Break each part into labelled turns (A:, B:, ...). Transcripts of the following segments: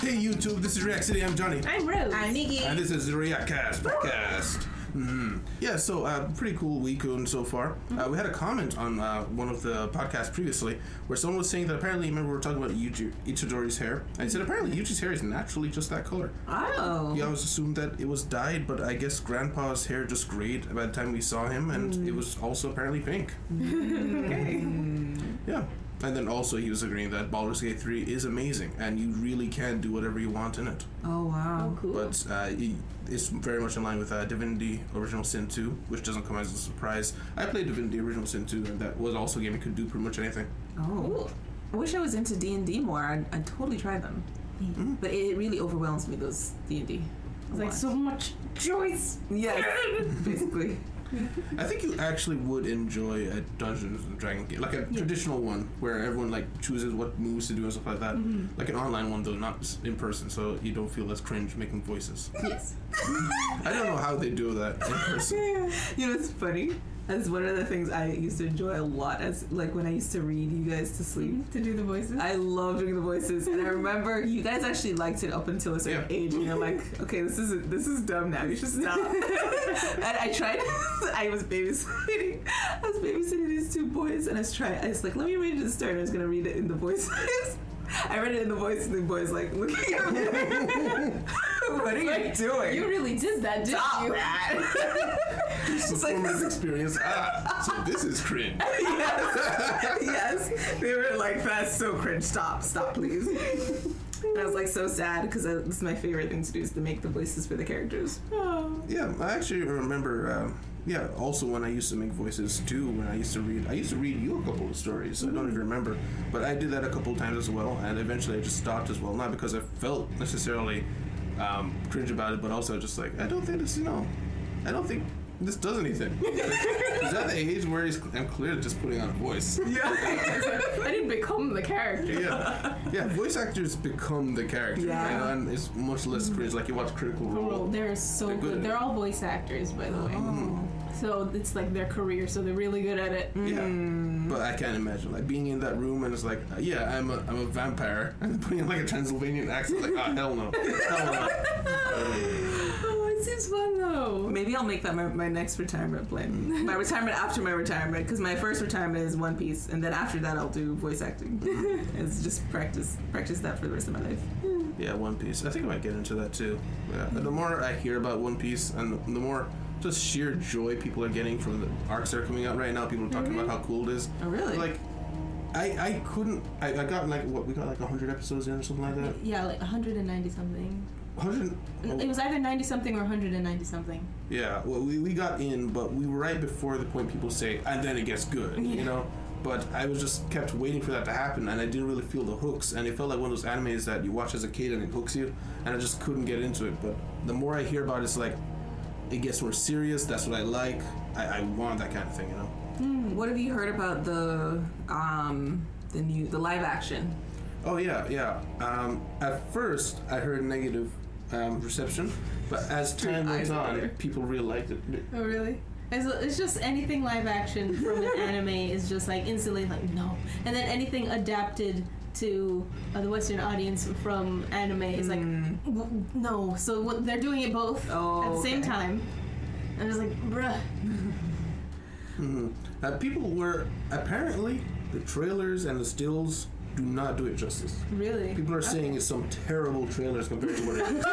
A: Hey YouTube, this is React City. I'm Johnny,
B: I'm Rose.
C: I'm Iggy.
A: and this is the React Cast podcast. Mhm. Yeah, so uh, pretty cool week on so far. Uh, we had a comment on uh, one of the podcasts previously where someone was saying that apparently, remember we were talking about Yuji, Ichidori's hair, and he said apparently Yuji's hair is naturally just that color.
C: oh.
A: We always assumed that it was dyed, but I guess Grandpa's hair just grayed by the time we saw him, and it was also apparently pink. Yeah. And then also he was agreeing that Baldur's Gate 3 is amazing, and you really can do whatever you want in it.
C: Oh wow.
B: Oh, cool.
A: But uh, it- it's very much in line with uh, Divinity Original Sin 2, which doesn't come as a surprise. I played Divinity Original Sin 2, and that was also a game you could do pretty much anything.
C: Oh.
B: Cool.
C: I wish I was into D and D more. I'd, I'd totally try them, but it really overwhelms me those D and D.
B: Mm-hmm. It's like so much choice.
C: Yes, basically.
A: I think you actually would enjoy a Dungeons and Dragons game, like a traditional one where everyone like chooses what moves to do and stuff like that.
C: Mm-hmm.
A: Like an online one though, not s- in person, so you don't feel as cringe making voices.
B: Yes.
A: I don't know how they do that in person.
C: You know, it's funny. That's one of the things I used to enjoy a lot. As like when I used to read you guys to sleep.
B: To do the voices.
C: I love doing the voices, and I remember you guys actually liked it up until a certain
A: Yeah.
C: age, and you're like, "Okay, this is this is dumb now. You should stop." and I tried. I was babysitting. I was babysitting these two boys, and I was trying. I was like, "Let me read it to the start." I was gonna read it in the voices. I read it in the voice, and the boys like, "Look at you! what are you
B: Like,
C: doing?
B: You really did that, didn't
C: stop
B: you?
C: that!"
A: It's a
C: like
A: formative
C: this-
A: experience. Ah, so this is cringe.
C: yes. yes. They were like, that's so cringe. Stop. Stop, please. And I was like so sad because it's my favorite thing to do is to make the voices for the characters.
B: Oh.
A: Yeah, I actually remember. Um, yeah, also when I used to make voices too, when I used to read, I used to read you a couple of stories.
C: Mm-hmm.
A: I don't even remember, but I did that a couple of times as well, and eventually I just stopped as well. Not because I felt necessarily um, cringe about it, but also just like I don't think this, you know, I don't think this does anything. Is that the age where it's, I'm clearly just putting on a voice?
C: Yeah.
B: I didn't become the character.
A: Yeah, yeah. Voice actors become the character,
C: Yeah.
A: and, and it's much less cringe. Like you watch Critical
C: Oh.
B: Role.
A: Role.
B: They're so
A: They're
B: good.
A: good at
B: They're all voice actors, by the way. So it's like their career, so they're really good at it.
A: Yeah.
C: Mm.
A: But I can't imagine like being in that room and it's like, uh, yeah, I'm a I'm a vampire and putting in like a Transylvanian accent, like, oh hell no, hell no.
B: Oh, it seems fun though.
C: Maybe I'll make that my, my next retirement plan. My retirement after my retirement, because my first retirement is One Piece, and then after that I'll do voice acting. it's just practice, practice that for the rest of my life.
A: Yeah, One Piece. I think I might get into that too. Yeah. The more I hear about One Piece and the more just sheer joy people are getting from the arcs that are coming out right now, people are talking about how cool it is.
C: Oh, really?
A: Like, I I couldn't. I, I got like what we got like hundred episodes in or something like that.
B: Yeah, like 190 something.
A: Hundred.
B: It was either 90 something or 190 something.
A: Yeah, well, we, we got in, but we were right before the point people say, and then it gets good, you know? But I was just kept waiting for that to happen, and I didn't really feel the hooks, and it felt like one of those animes that you watch as a kid and it hooks you, and I just couldn't get into it. But the more I hear about it, it's like, it gets more serious, that's what I like, I, I want that kind of thing, you know?
C: What have you heard about the um the new the live action?
A: Oh yeah, yeah. Um, at first, I heard negative um, reception, but as time
C: I
A: went
C: know
A: on,
C: there.
A: people really liked it.
B: Oh, really? It's, it's just anything live action from an anime is just like instantly like no, and then anything adapted to uh, the Western audience from anime is like w- no. So what, they're doing it both
C: Mm. Oh,
B: at the same
C: okay.
B: time. I'm just like bruh.
A: Uh, people were apparently the trailers and the stills do not do it justice.
B: Really?
A: People are saying it's some terrible trailers compared to what it is.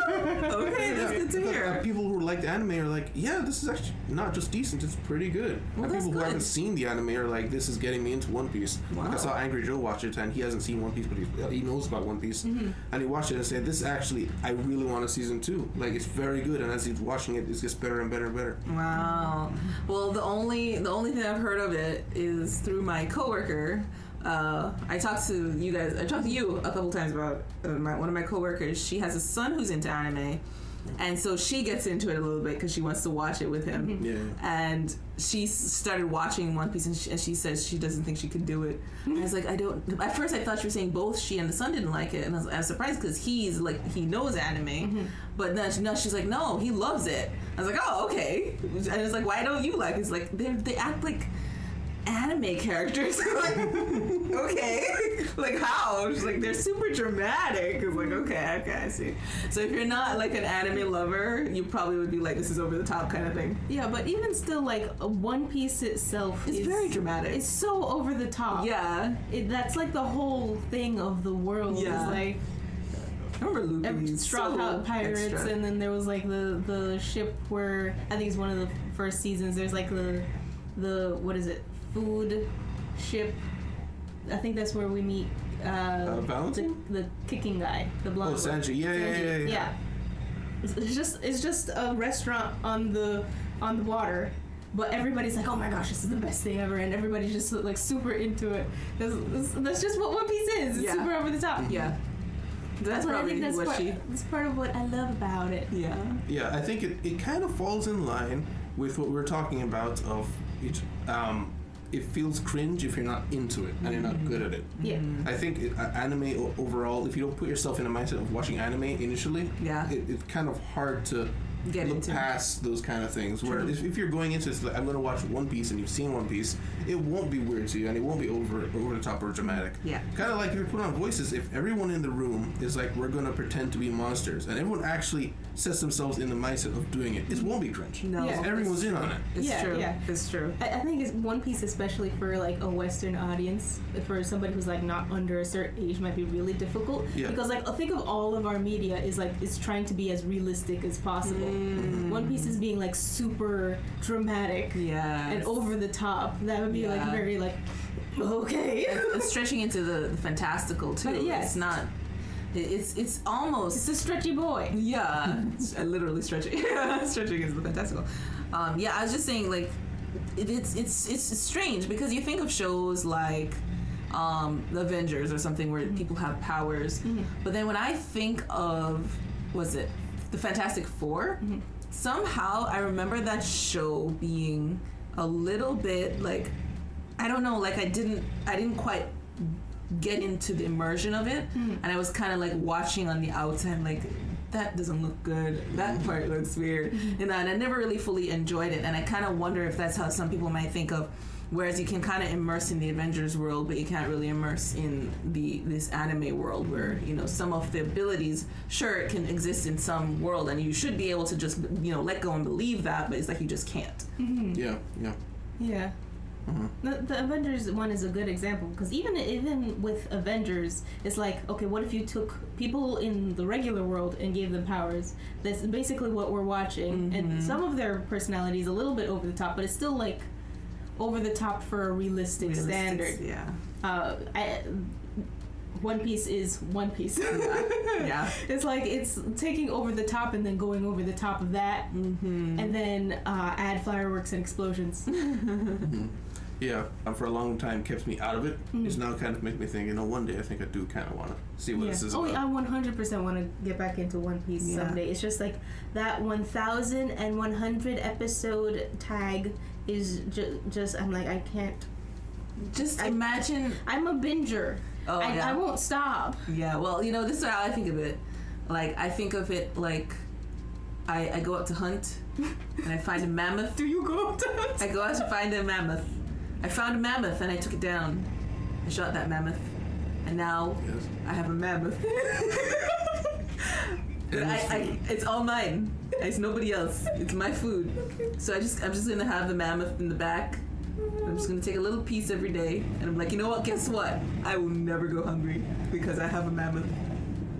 C: Okay, that's good to
A: But, uh,
C: hear.
A: people who like the anime are like, yeah, this is actually not just decent; it's pretty good. and
C: that's
A: people who
C: good.
A: haven't seen the anime are like, this is getting me into One Piece. Like
C: Wow.
A: I saw Angry Joe watch it, and he hasn't seen One Piece, but he, uh, he knows about One Piece,
C: Mm-hmm.
A: and he watched it and said, this actually, I really want a season two. Like it's very good, and as he's watching it, it gets better and better and better.
C: Wow. Well, the only the only thing I've heard of it is through my coworker. Uh, I talked to you guys. I talked to you a couple times about uh, my, one of my coworkers. She has a son who's into anime, and so she gets into it a little bit because she wants to watch it with him.
A: Yeah.
C: And she s- started watching One Piece, and she, and she says she doesn't think she could do it. And I was like, I don't. At first, I thought she was saying both she and the son didn't like it, and I was, I was surprised because he's like he knows anime, but now, she- now she's like, no, he loves it. I was like, oh, okay. And it's like, why don't you like? it? It's like they they act like anime characters. I'm like, okay, like how? She's like, they're super dramatic. I'm like, okay, okay, I see. So if you're not like an anime lover, you probably would be like, this is over the top kind of thing.
B: Yeah, but even still, like One Piece itself
C: It's
B: is
C: very dramatic.
B: It's so over the top.
C: yeah,
B: it, that's like the whole thing of the world.
C: Yeah.
B: is like
C: I remember Luffy.
B: ev-
C: being
B: Straw
C: so
B: Hat Pirates,
C: extra.
B: and then there was like the the ship where I think it's one of the first seasons. There's like the the what is it food ship? I think that's where we meet uh, the,
A: Valentine?
B: the kicking guy, the
A: Oh,
B: blonde. one.
A: Sanji. Yeah, yeah, yeah, yeah.
B: Yeah. It's it's just it's just a restaurant on the on the water, but everybody's like, "Oh my gosh, this is the best thing ever," and everybody's just like super into it. That's, that's, that's just what One Piece is. It's
C: Yeah.
B: super over the top.
C: Yeah, that's
B: what
C: probably
B: that's
C: what
B: part,
C: she.
B: That's part of what I love about it.
C: Yeah.
A: Yeah, I think it, it kind of falls in line with what we were talking about of it. Um, it feels cringe if you're not into it and you're not good at it.
B: Yeah.
A: I think it, uh, anime o- overall, if you don't put yourself in a mindset of watching anime initially,
C: Yeah.
A: it, it's kind of hard to
C: Get
A: look
C: into it.
A: past those kind of things. Where
C: True.
A: if, if you're going into this, like, I'm going to watch One Piece and you've seen One Piece, it won't be weird to you and it won't be over over the top or dramatic.
C: Yeah.
A: Kind of like if you put on voices, if everyone in the room is like, we're going to pretend to be monsters, and everyone actually sets themselves in the mindset of doing it, it won't be cringe.
C: No.
B: Yeah.
A: Because Everyone's in on it.
C: It's
B: Yeah,
C: true.
B: yeah.
C: It's true.
B: I, I think it's One Piece, especially for like a Western audience, for somebody who's like not under a certain age, might be really difficult.
A: Yeah.
B: Because like think of all of our media is like is trying to be as realistic as possible.
C: Mm.
B: One Piece is being like super dramatic
C: Yeah.
B: and over the top. That would be like
C: Yeah.
B: very like okay.
C: It's stretching into the, the fantastical too.
B: But yes.
C: It's not. it- It's it's almost
B: it's a stretchy boy.
C: yeah. it's- I literally stretching. stretching is the fantastical. Um, yeah, I was just saying like it, it's it's it's strange because you think of shows like um, the Avengers or something where people have powers, but then when I think of was it the Fantastic 4 Somehow I remember that show being a little bit like I don't know, like I didn't I didn't quite get into the immersion of it and I was kind of like watching on the outside like that doesn't look good. That part looks weird. You know, and I never really fully enjoyed it and I kind of wonder if that's how some people might think of whereas you can kind of immerse in the Avengers world but you can't really immerse in the this anime world where, you know, some of the abilities sure it can exist in some world and you should be able to just, you know, let go and believe that, but it's like you just can't.
A: Yeah, yeah.
B: Yeah.
A: Mhm.
C: Mm-hmm.
B: The, the Avengers one is a good example because even even with Avengers, it's like okay, what if you took people in the regular world and gave them powers? That's basically what we're watching,
C: Mm-hmm.
B: and some of their personality is a little bit over the top, but it's still like over the top for a realistic,
C: Realistic,
B: standard.
C: Yeah.
B: Uh, I, one Piece is One Piece.
C: Yeah.
B: It's like it's taking over the top and then going over the top of that,
C: Mm-hmm.
B: and then uh, add fireworks and explosions.
A: Yeah, uh, for a long time kept me out of it.
B: Mm-hmm.
A: It's now kind of make me think, you know, one day I think I do kind of want to see what
B: Yeah.
A: this is
B: Oh,
A: about.
B: I 100% want to get back into One Piece
C: Yeah.
B: someday. It's just like that 1,000 and 100 episode tag is ju- just, I'm like, I can't.
C: Just
B: I-
C: imagine.
B: I'm a binger.
C: Oh,
B: I,
C: yeah.
B: I won't stop.
C: yeah. Well, you know, this is how I think of it. Like, I think of it like I, I go out to hunt and I find a mammoth.
B: Do you go up to
C: I go out to find a mammoth. I found a mammoth and I took it down. I shot that mammoth. And now
A: Yes.
C: I have a mammoth.
A: It
C: But I,
A: is
C: I,
A: food.
C: it's all mine. It's nobody else. It's my food. So I just I'm just gonna have the mammoth in the back. I'm just gonna take a little piece every day, and I'm like, you know what? Guess what? I will never go hungry because I have a mammoth.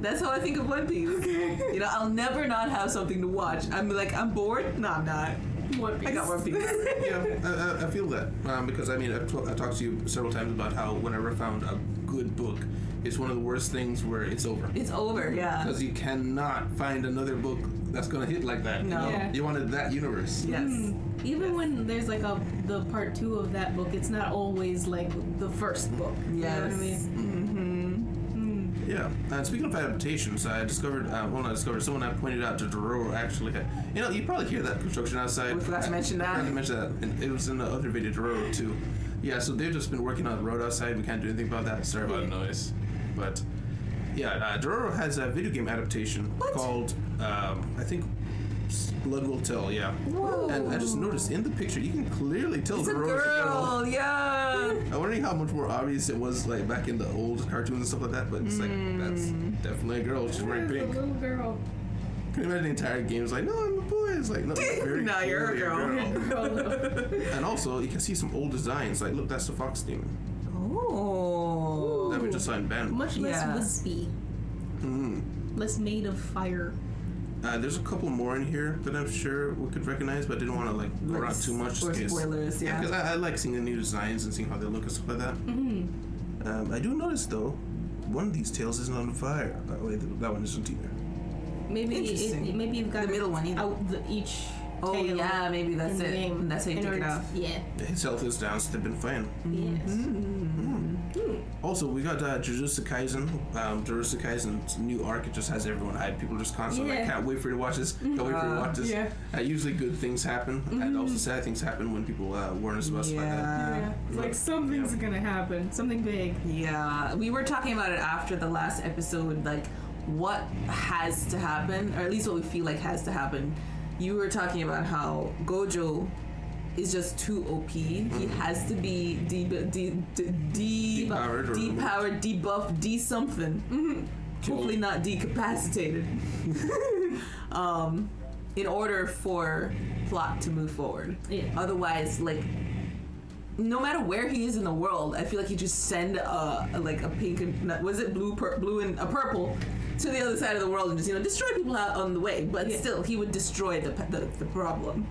C: That's how I think of One Piece. You know, I'll never not have something to watch. I'm like, I'm bored. No, I'm not.
B: One Piece?
C: I got One Piece.
A: yeah, I, I- I feel that um, because I mean I've t- I talked to you several times about how whenever I found a good book, it's one of the worst things where it's over
C: It's over. Yeah.
A: because you cannot find another book that's gonna hit like that.
C: No.
B: Yeah.
A: You wanted that universe.
C: Yes.
B: Mm. Even when there's like a the part two of that book, it's not always like the first book. You know what I
C: Yes.
B: mean?
A: Yeah. And speaking of adaptations, I discovered uh, well not discovered someone I pointed out to Dororo actually. had- You know you probably hear that construction outside.
C: We forgot to mention that.
A: I forgot to mention that. And it was in the other video Dororo too. Yeah. So they've just been working on the road outside. We can't do anything about that. Sorry about the noise. But yeah, uh, Dororo has a video game adaptation called um, I think Blood Will Tell, yeah.
C: Whoa.
A: And I just noticed in the picture, you can clearly tell
C: It's a
A: the rose girl.
C: girl, yeah.
A: I'm wondering how much more obvious it was like back in the old cartoons and stuff like that, but it's
C: Hmm.
A: like that's definitely a girl. She's wearing
B: Where's the
A: pink.
B: little girl.
A: Can you imagine the entire game's like, no, I'm a boy. It's like, no, it's very
C: No, you're a
A: clearly
C: girl.
A: and also, you can see some old designs. Like, look, that's the Fox demon
C: Oh.
A: that we just saw in Ben.
B: Much less
C: Yeah.
B: wispy.
A: Mm.
B: Less made of fire.
A: Uh, there's a couple more in here that I'm sure we could recognize, but I didn't want to like go around too much.
C: Or
A: Because
C: spoilers, yeah.
A: I, I like seeing the new designs and seeing how they look and stuff like that.
C: Mm-hmm.
A: Um, I do notice though, one of these tails isn't on fire. That, way, that one isn't either.
B: Maybe it,
C: Interesting.
B: maybe you've got
C: The middle one, either.
B: out the, each.
C: Oh,
B: tail
C: yeah, maybe
B: in
C: that's
B: the
C: it.
B: game
C: And that's how you
B: in
C: took it Mm-hmm.
B: order to-
C: off.
B: Yeah.
A: Its health is down, so they've been fine. Also, we got uh, Jujutsu Kaisen. Um, Jujutsu Kaisen's new arc. It just has everyone hyped. People just constantly like,
B: Yeah.
A: can't wait for you to watch this. Can't wait for you to
C: Uh,
A: watch this.
B: yeah.
A: Uh, usually, good things happen, and also sad things happen when people uh, warn us about stuff like that.
C: Yeah.
A: It's like something's
B: gonna happen. Something big.
C: Yeah. We were talking about it after the last episode, like what has to happen, or at least what we feel like has to happen. You were talking about how Gojo is just too OP. He
A: Mm-hmm.
C: has to be de- de- de- de-
A: Depowered or
C: depowered, debuffed, de something. hopefully not decapacitated um, in order for plot to move forward
B: Yeah.
C: otherwise like no matter where he is in the world i feel like he just send a, a- like a pink and no, was it blue pur- blue and a purple to the other side of the world and just you know destroy people out on the way but
B: Yeah. Mm-hmm.
C: still he would destroy the, the, the problem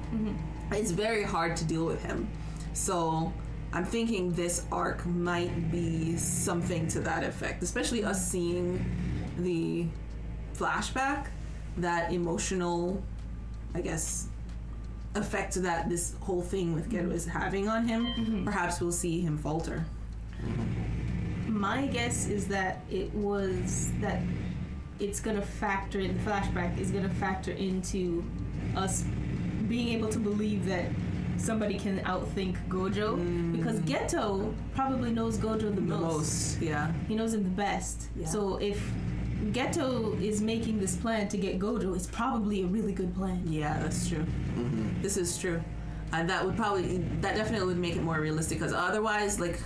C: it's very hard to deal with him so i'm thinking this arc might be something to that effect especially us seeing the flashback that emotional i guess effect that this whole thing with Gedo is having on him perhaps we'll see him falter
B: My guess is that it was that it's gonna factor in the flashback is gonna factor into us being able to believe that somebody can outthink Gojo because Geto probably knows Gojo the,
C: Mm. the
B: most.
C: most yeah
B: He knows him the best.
C: Yeah.
B: So if Geto is making this plan to get Gojo, it's probably a really good plan.
C: Yeah, that's true.
A: Mm-hmm.
C: This is true. And that would probably, that definitely would make it more realistic because otherwise, like,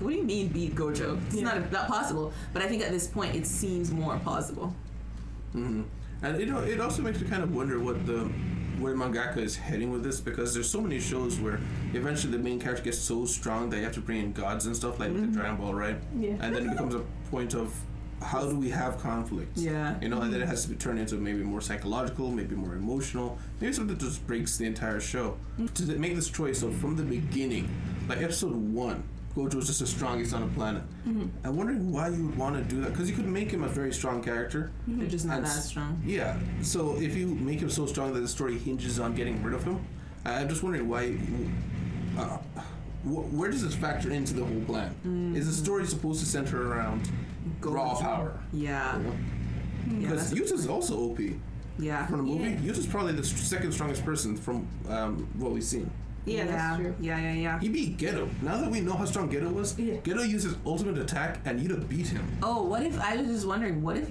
C: what do you mean beat Gojo? It's
B: Yeah.
C: not, not possible. But I think at this point it seems more plausible.
A: hmm And you know, it also makes me kind of wonder what the where mangaka is heading with this because there's so many shows where eventually the main character gets so strong that you have to bring in gods and stuff like with the Dragon Ball, right?
B: Yeah.
A: And then it becomes a point of how do we have conflicts?
C: Yeah.
A: You know, and then it has to be turned into maybe more psychological, maybe more emotional, maybe something that just breaks the entire show. To th- make this choice of from the beginning, like episode one, Gojo is just the strongest on the planet. I'm wondering why you would want to do that because you could make him a very strong character.
C: They're just not
A: And
C: that
A: s-
C: strong.
A: Yeah. So if you make him so strong that the story hinges on getting rid of him, I- I'm just wondering why. Uh, wh- where does this factor into the whole plan? Is the story supposed to center around raw
C: Gojo.
A: power?
C: Yeah. Yeah,
A: Because
C: that's-
A: Yuta's also OP
C: yeah.
A: from the movie.
B: Yeah.
A: Yuta's probably the st- second strongest person from um, what we've seen.
B: Yeah, that's true.
C: Yeah, yeah, yeah.
A: He beat Geto. Now that we know how strong Geto was,
B: Yeah.
A: Geto used his ultimate attack and Yuta beat him.
C: Oh, what if, I was just wondering, what if,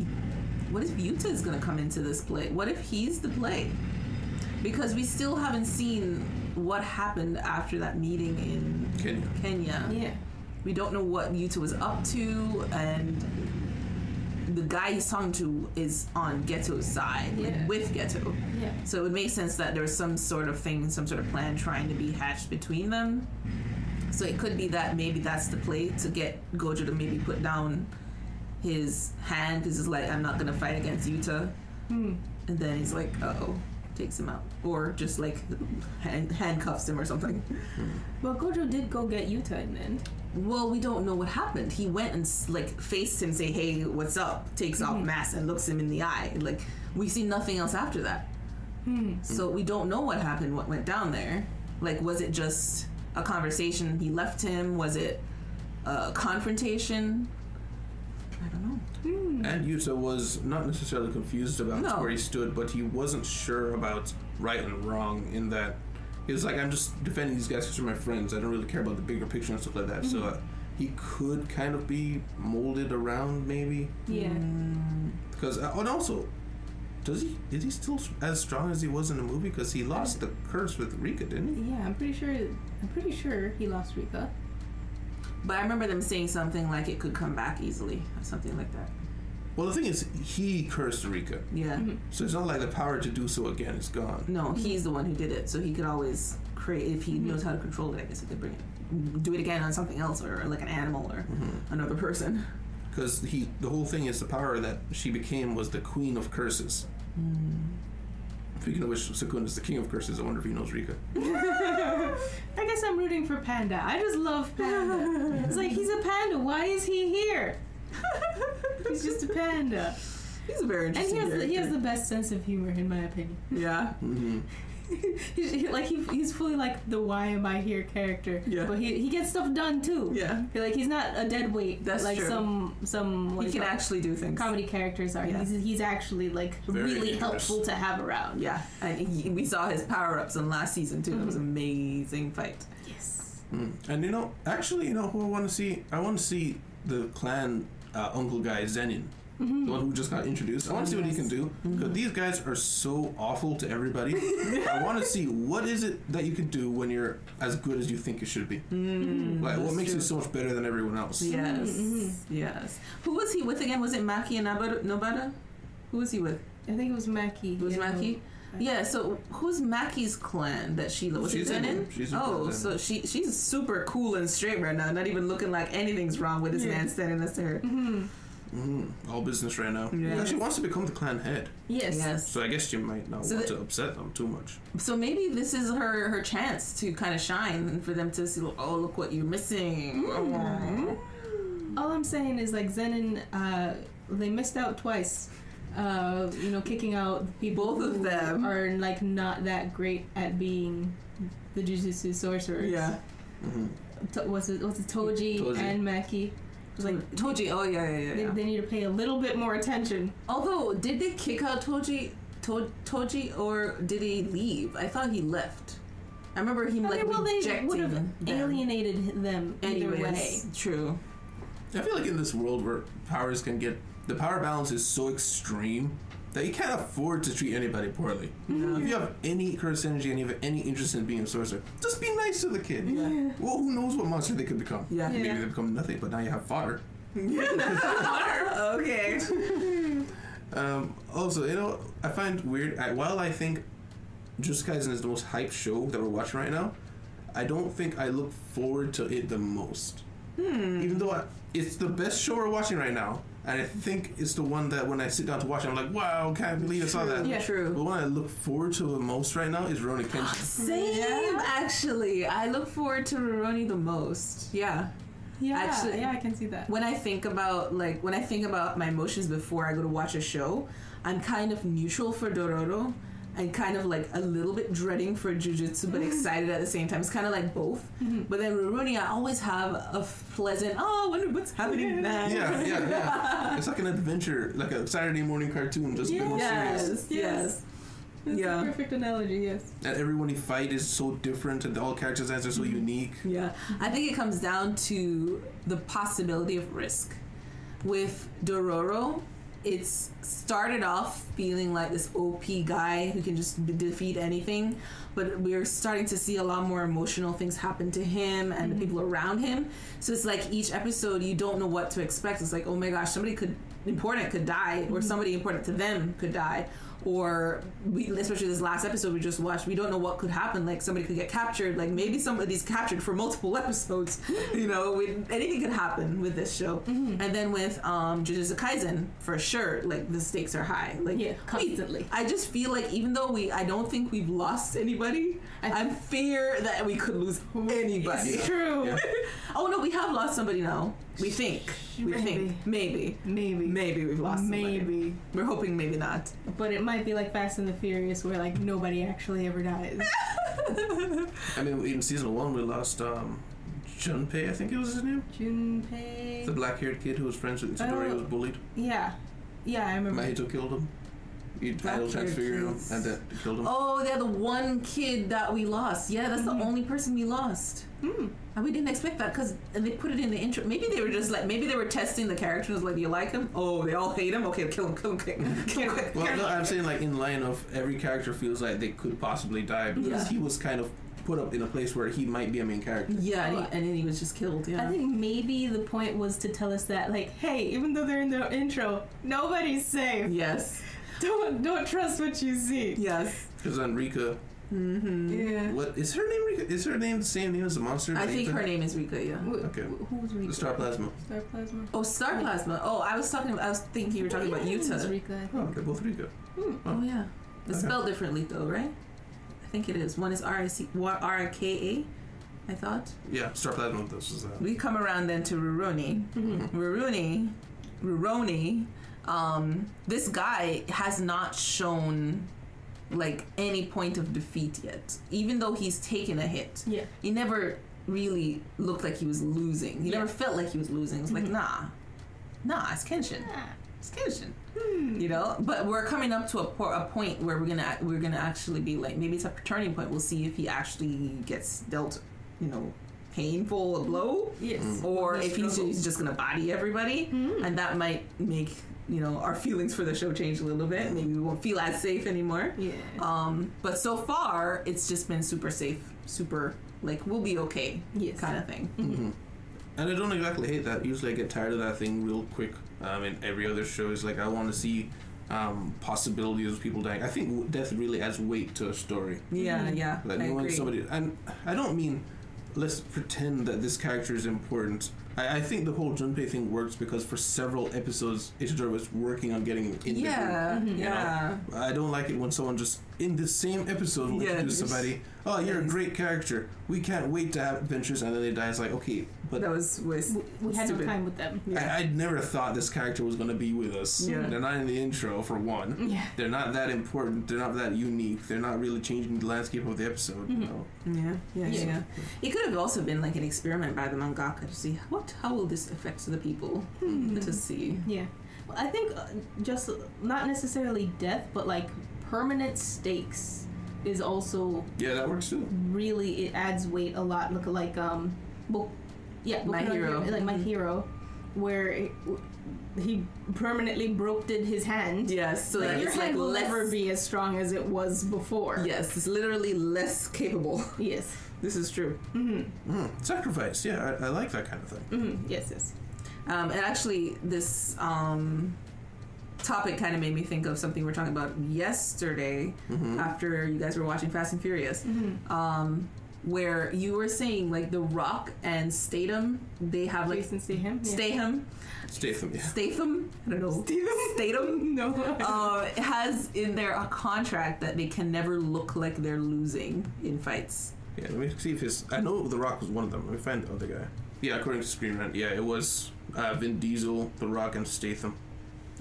C: what if Yuta is going to come into this play? What if he's the play? Because we still haven't seen what happened after that meeting in
A: Kenya.
C: Kenya.
B: Yeah.
C: We don't know what Yuta was up to, and the guy he's talking to is on Ghetto's side, like,
B: Yeah.
C: with Ghetto.
B: Yeah.
C: So it would make sense that there was some sort of thing, some sort of plan trying to be hatched between them. So it could be that maybe that's the play to get Gojo to maybe put down his hand because it's like, I'm not going to fight against Yuta.
B: Hmm.
C: And then he's like, uh oh, takes him out. Or just like hand- handcuffs him or something.
B: Well, Gojo did go get Utah in the end.
C: Well, we don't know what happened. He went and like faced him, say, "Hey, what's up?" Takes off mask and looks him in the eye. Like we see nothing else after that.
B: Hmm.
C: So we don't know what happened, what went down there. Like, was it just a conversation? He left him. Was it a confrontation? I don't know.
B: Hmm.
A: And Yuta was not necessarily confused about
C: No.
A: where he stood, but he wasn't sure about right and wrong in that he was like, I'm just defending these guys because they're my friends. I don't really care about the bigger picture and stuff like that. So uh, he could kind of be molded around, maybe.
C: Hmm.
B: Yeah.
A: Because, uh, and also, Does he? Is he still as strong as he was in the movie? Because he lost the curse with Rika, didn't he?
B: Yeah, I'm pretty sure. I'm pretty sure he lost Rika.
C: But I remember them saying something like it could come back easily or something like that.
A: Well, the thing is, he cursed Rika,
C: Yeah.
A: so it's not like the power to do so again is gone.
C: No,
B: Mm-hmm.
C: he's the one who did it, so he could always create if he knows how to control it. I guess he could bring it, do it again on something else or like an animal or
B: Mm-hmm.
C: another person.
A: Because he, the whole thing is the power that she became was the queen of curses.
C: Hmm.
A: Speaking of which, Sekun is the king of curses. I wonder if he knows Rika.
B: I guess I'm rooting for Panda. I just love Panda. it's like he's a panda. Why is he here? He's just a panda,
C: He's a very
B: and he
C: interesting.
B: has the, he has
C: character.
B: the best sense of humor, in my opinion.
C: yeah.
A: Mm-hmm.
B: He's, he, like he, he's fully like the why am I here character.
C: Yeah.
B: But he, he gets stuff done too.
C: Yeah.
B: Like he's not a dead weight.
C: That's
B: like
C: true.
B: some some what
C: He
B: do you
C: can
B: call it?
C: actually do things.
B: uh, comedy characters are.
C: Yeah.
B: He's, he's actually like
A: Very
B: really
A: dangerous.
B: helpful to have around.
C: Yeah, and he, we saw his power ups in last season too. That was an
B: Mm-hmm.
C: amazing fight.
B: Yes.
A: Mm. And you know, actually, you know who I want to see? I want to see the clan uh, uncle guy Zenin,
C: Mm-hmm.
A: the one who just got introduced. I want to see what he can do because these guys are so awful to everybody. I want to see what is it that you can do when you're as good as you think you should be. like
B: Mm-hmm.
A: what
C: Mm-hmm. that's
A: makes you
C: true.
A: so much better than everyone else?
C: Yes, yes. Who was he with again? Was it Maki and Nobara? Nobara? Who was he with?
B: I think it was Mackie.
C: It was
B: Yeah.
C: Maki? Yeah. So who's Maki's clan that Sheila was
A: She's in
C: it Zenin?
A: it. She's in
C: oh,
A: it.
C: so she she's super cool and straight right now. Not even looking like anything's wrong with this
B: Yeah.
C: man standing next to her.
B: Mm-hmm.
A: Mm, all business right now.
C: Yeah.
A: Because she wants to become the clan head,
B: Yes.
C: Yes.
A: so I guess you might not
C: So
A: want
C: the-
A: to upset them too much.
C: So maybe this is her her chance to kind of shine and for them to see. Oh, look what you're missing.
B: Mm-hmm.
C: Oh.
B: All I'm saying is like Zenon, uh, they missed out twice. Uh, you know, kicking out the people
C: Both of
B: who
C: them.
B: are like not that great at being the Jujutsu sorcerers.
C: Yeah.
A: hmm
B: To- what's it? What's it? Toji,
A: Toji.
B: and Maki. It's like
C: Toji. Oh yeah, yeah, yeah.
B: they,
C: yeah.
B: they need to pay a little bit more attention.
C: Although, did they kick out Toji, to- Toji, or did he leave? I thought he left. I remember him
B: Okay,
C: like
B: well, they
C: rejecting
B: would have
C: them.
B: alienated them either
C: Anyways,
B: way.
C: true.
A: I feel like in this world where powers can get the power balance is so extreme that you can't afford to treat anybody poorly.
C: No.
A: If you have any curse energy and you have any interest in being a sorcerer, just be nice to the kid. Well, who knows what monster they could become?
C: Yeah.
A: Maybe
B: Yeah.
A: they become nothing, but now you have fodder.
C: okay.
A: Um, also, you know, I find weird. I, while I think Just Kaisen is the most hyped show that we're watching right now, I don't think I look forward to it the most. Even though I, it's the best show we're watching right now, and I think it's the one that when I sit down to watch, it, I'm like, wow, can't believe I saw that.
B: Yeah.
A: The
C: True.
A: one I look forward to the most right now is Ronin Kenshin.
C: Same,
B: Yeah.
C: actually. I look forward to Roroni the most. Yeah.
B: Yeah,
C: Actually-
B: yeah, I can see that.
C: When I think about like when I think about my emotions before I go to watch a show, I'm kind of neutral for Dororo and kind of like a little bit dreading for Jujutsu, but excited at the same time. It's kind of like both.
B: Mm-hmm.
C: But then Rurouni, I always have a pleasant, oh, I wonder what's happening next.
A: yeah, yeah, yeah. It's like an adventure, like a Saturday morning cartoon, just a bit more serious.
C: Yes, yes.
B: Yes. That's
C: Yeah.
B: a perfect analogy. Yes.
A: And everyone you fight is so different, and all character designs are so unique.
C: Yeah, I think it comes down to the possibility of risk. With Dororo, it's started off feeling like this OP guy who can just b- defeat anything, but we're starting to see a lot more emotional things happen to him and the people around him. So it's like each episode, you don't know what to expect. It's like, oh my gosh, somebody could important could die, or somebody important to them could die. Or we, especially this last episode we just watched, we don't know what could happen. Like somebody could get captured. Like maybe somebody's captured for multiple episodes. You know, we, anything could happen with this show.
B: Mm-hmm.
C: And then with um, Jujutsu Kaisen, for sure, like the stakes are high. Like
B: Yeah,
C: we-
B: constantly.
C: I just feel like even though we, I don't think we've lost anybody.
B: I-
C: I, fear that we could lose anybody.
B: It's true.
A: Yeah.
C: Oh no, we have lost somebody now. We think. We think. Maybe.
B: Maybe.
C: Maybe we've lost somebody.
B: Maybe.
C: We're hoping maybe not.
B: But it might be like Fast and the Furious, where like nobody actually ever dies.
A: I mean, in season one, we lost um, Junpei, I think it was his name. The
B: Junpei.
C: Oh.
A: black haired kid who was friends with Itadori who was bullied.
B: Yeah, yeah, I remember.
A: Mahito killed him. You
C: Fuck
A: idle
C: your
A: transfigured him
C: kids.
A: and that killed him.
C: Oh, they're the one kid that we lost. Yeah, that's
B: Mm-hmm.
C: the only person we lost.
B: Hmm.
C: And we didn't expect that because they put it in the intro. Maybe they were just like, maybe they were testing the character. and was like, you like him? Oh, they all hate him. Okay, kill him, kill him, kill him, kill him quick.
A: Well, no, I'm saying like in line of every character feels like they could possibly die because
C: Yeah.
A: he was kind of put up in a place where he might be a main character.
C: Yeah, and, he, and then he was just killed. Yeah,
B: I think maybe the point was to tell us that, like, hey, even though they're in the intro, nobody's safe.
C: yes,
B: Don't don't trust what you see.
C: yes. Mm-hmm.
A: Because on Rika,
B: Yeah.
A: what is her name? Rika? Is her name the same name as the monster?
C: I think
A: Nathan?
C: her name is Rika. Yeah.
A: Okay.
B: Who was Rika?
A: The Star Plasma.
B: Star Plasma.
C: Oh, Star Plasma. Oh, I was talking. I was thinking you were talking about Utah.
B: Rika.
A: Oh, they're both Rika.
C: Oh yeah, it's
A: Okay.
C: spelled differently though, right? I think it is. One is R I C R I K A. I thought.
A: Yeah, Star Plasma. This is uh,
C: We come around then to Ruruni. Ruruni, Ruroni. Um, this guy has not shown like any point of defeat yet, even though he's taken a hit.
B: Yeah.
C: He never really looked like he was losing. He
B: Yeah.
C: never felt like he was losing. It was like, nah, nah, it's Kenshin. It's Kenshin. You know, but we're coming up to a, po- a point where we're gonna we're gonna actually be like maybe it's a turning point. We'll see if he actually gets dealt, you know, painful a blow
B: Yes.
A: Mm.
C: or
B: The
C: if he's
B: struggle.
C: just, just gonna body everybody,
B: Hmm.
C: and that might make you know our feelings for the show change a little bit. Maybe we won't feel as safe anymore.
B: Yeah.
C: Um, but so far, it's just been super safe, super like we'll be okay,
B: Yes. Mm-hmm.
C: kind of thing.
A: And I don't exactly hate that. Usually I get tired of that thing real quick. Um, in every other show is like I want to see um, possibilities of people dying. I think w- death really adds weight to a story.
C: Yeah, yeah,
B: Mm-hmm.
A: Like
C: I
A: you want
C: agree.
A: somebody, and I don't mean let's pretend that this character is important. I, I think the whole Junpei thing works because for several episodes, Ichidori was working on getting in
C: yeah,
B: Mm-hmm.
A: the group. you know?
C: yeah.
A: I don't like it when someone just in the same episode will
C: Yeah,
A: introduce
C: just-
A: somebody. Oh, you're a
C: Yes.
A: great character. We can't wait to have adventures, and then they die. It's like okay, but
C: That was was
B: We, we had no
C: stupid.
B: time with them.
C: Yeah.
A: I, I'd never thought this character was going to be with us.
C: Yeah.
A: They're not in the intro, for one.
C: Mm.
B: Yeah.
A: They're not that important. They're not that unique. They're not really changing the landscape of the episode. you
C: Mm-hmm.
A: know.
C: Yeah, yeah,
B: Yeah.
C: yeah, It could have also been like an experiment by the mangaka to see what how will this affect the people
B: Hmm.
C: to see.
B: Yeah. Well, I think uh, just not necessarily death, but like permanent stakes is also
A: Yeah, that works too.
B: really it adds weight a lot. Look like um, Bo- yeah,
C: My
B: Boku no
C: Hero.
B: like my
C: Mhm.
B: hero, where it, he permanently broke did his hand.
C: Yes, so
B: Like,
C: that
B: your
C: it's
B: hand
C: like
B: will
C: less.
B: never be as strong as it was before.
C: Yes, it's literally less capable.
B: Yes.
C: This is true.
A: Mm. Sacrifice. Yeah, I, I like that kind of thing.
B: Mm, yes. Yes.
C: Um, and actually, this um, topic kind of made me think of something we were talking about yesterday after you guys were watching Fast and Furious,
B: Mm-hmm.
C: um, where you were saying like The Rock and Statham, they have like
B: Jason Statham. Yeah.
C: Statham,
A: Statham. Yeah.
C: Statham, I don't know, Statham.
B: No.
C: Uh, has in there a contract that they can never look like they're losing in fights.
A: Yeah. Let me see if his. I know The Rock was one of them. Let me find the other guy. Yeah, according to Screen Rant. Yeah, it was uh, Vin Diesel, The Rock, and Statham.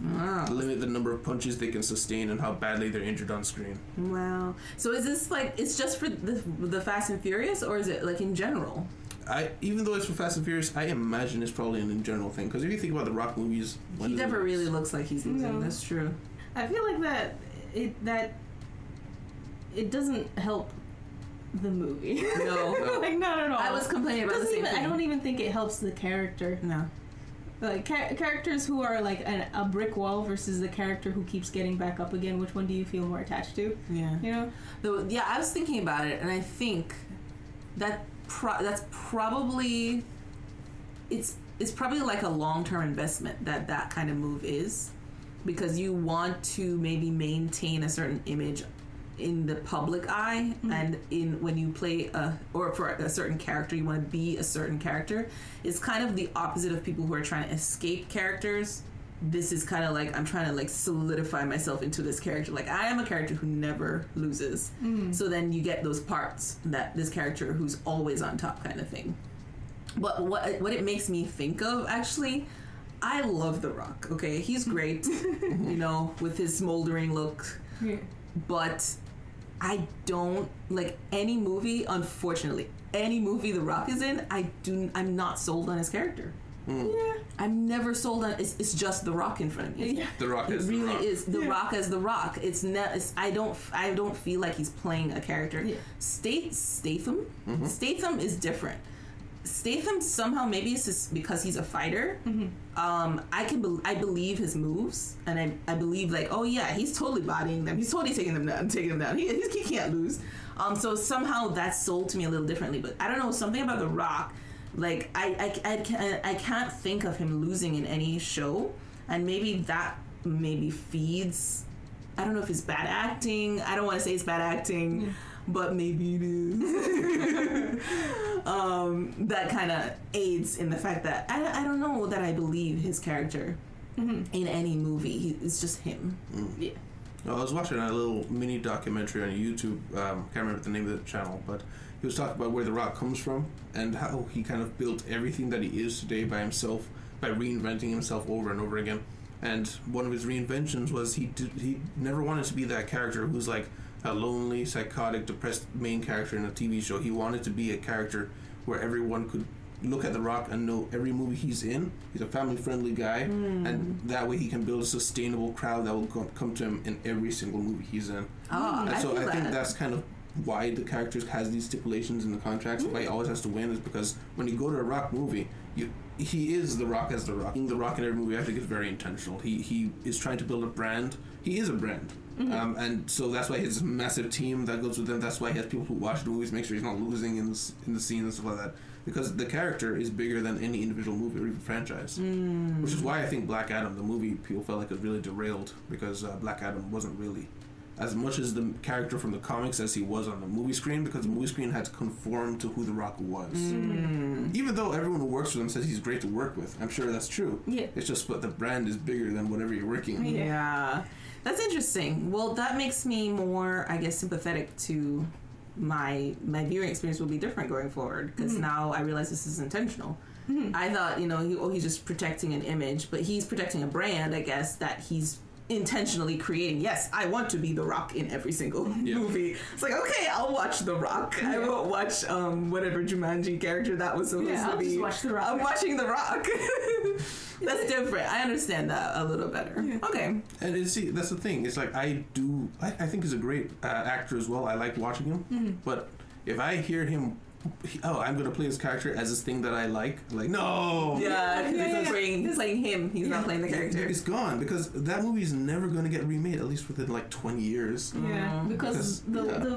C: Wow.
A: Limit the number of punches they can sustain and how badly they're injured on screen.
C: Wow. So is this like it's just for the the Fast and Furious, or is it like in general?
A: I even though it's for Fast and Furious, I imagine it's probably an in general thing. Because if you think about the Rock movies, when
C: he
A: does it-
C: never really looks like he's losing.
B: No.
C: That's true.
B: I feel like that it that it doesn't help the movie.
C: No.
B: like not at all.
C: I was complaining about the
B: Oh. Doesn't
C: same
B: even,
C: thing.
B: I e-, don't even think it helps the character.
C: No.
B: Like cha- characters who are like an, a brick wall versus the character who keeps getting back up again. Which one do you feel more attached to?
C: Yeah.
B: You know?
C: Though, yeah, I was thinking about it, and I think that pro- that's probably it's it's probably like a long term investment that that kind of move is, because you want to maybe maintain a certain image in the public eye and in when you play a or for a certain character you want to be a certain character it's kind of the opposite of people who are trying to escape characters this is kind of like i'm trying to like solidify myself into this character like i am a character who never loses so then you get those parts that this character who's always on top kind of thing but what what it makes me think of actually, I love The Rock. Okay, he's
B: Mm-hmm.
C: great, you know, with his smoldering look.
B: Yeah.
C: But I don't like any movie. Unfortunately, any movie The Rock is in, I do. I'm not sold on his character.
B: Yeah.
C: I'm never sold on. It's, it's just the Rock in front of me.
B: Yeah.
A: The Rock
C: It
A: is
C: really
A: the rock.
C: is the
D: Yeah.
C: Rock as the Rock. It's not. It's, I don't. f- I don't feel like he's playing a character.
B: Yeah.
C: State Statham. Statham is different. Statham somehow maybe it's just because he's a fighter. Um, I can bel I believe his moves, and I, I believe like oh yeah he's totally bodying them. He's totally taking them down. Taking them down. He, he, he can't lose. Um, so somehow that's sold to me a little differently. But I don't know something about The Rock. Like I I, I, can, I can't think of him losing in any show, and maybe that maybe feeds I don't know if it's bad acting. I don't want to say it's bad acting, but maybe it is. um, that kind of aids in the fact that I, I don't know that I believe his character in any movie. He, it's just him.
A: Mm-hmm.
B: Yeah.
A: I was watching a little mini documentary on YouTube. Um, can't remember the name of the channel, but he was talking about where The Rock comes from and how he kind of built everything that he is today by himself by reinventing himself over and over again. And one of his reinventions was he did, he never wanted to be that character who's like a lonely, psychotic, depressed main character in a TV show. He wanted to be a character where everyone could look at The Rock and know every movie he's in. He's a family friendly guy, and that way he can build a sustainable crowd that will co- come to him in every single movie he's in.
C: Ah,
A: and
C: I
A: so
C: feel
A: I think
C: that.
A: that's kind of why the character has these stipulations in the contracts. Why he
C: Mm-hmm.
A: always has to win is because when you go to a Rock movie, you. He is the Rock as the Rock. Being the Rock in every movie, I think, is very intentional. He he is trying to build a brand. He is a brand,
C: Mm-hmm.
A: um, and so that's why his massive team that goes with him. That's why he has people who watch the movies, make sure he's not losing in the, s- in the scenes and stuff like that. Because the character is bigger than any individual movie or even franchise
C: Mm.
A: which is why I think Black Adam, the movie, people felt like it really derailed because uh, Black Adam wasn't really as much as the character from the comics as he was on the movie screen because the movie screen had to conform to who The Rock was.
C: Mm.
A: Even though everyone who works with him says he's great to work with, I'm sure that's true.
B: Yeah.
A: It's just but the brand is bigger than whatever you're working. on.
D: Yeah.
C: That's interesting. Well, that makes me more, I guess, sympathetic to my my viewing experience will be different going forward because now I realize this is intentional. I thought, you know, he, oh, he's just protecting an image, but he's protecting a brand, I guess, that he's intentionally creating. Yes, I want to be The Rock in every single
A: Yeah.
C: movie. It's like, okay, I'll watch The Rock. I won't watch um, whatever Jumanji character that was supposed
B: Yeah,
C: to
B: I'll
C: be.
B: just watch The Rock.
C: I'm watching The Rock. That's different. I understand that a little better. Okay.
A: And you see, that's the thing. It's like I do. I, I think he's a great uh, actor as well. I like watching him.
C: Mm-hmm.
A: But if I hear him, oh, I'm gonna play his character as this thing that I like. Like no.
C: Yeah, because
B: Yeah,
C: he's
B: yeah,
C: not
B: yeah.
C: playing, he's playing him. He's not playing the character.
A: It's gone because that movie is never going to get remade, at least within like 20 years.
B: Yeah,
A: Because-
B: because the,
A: yeah.
B: the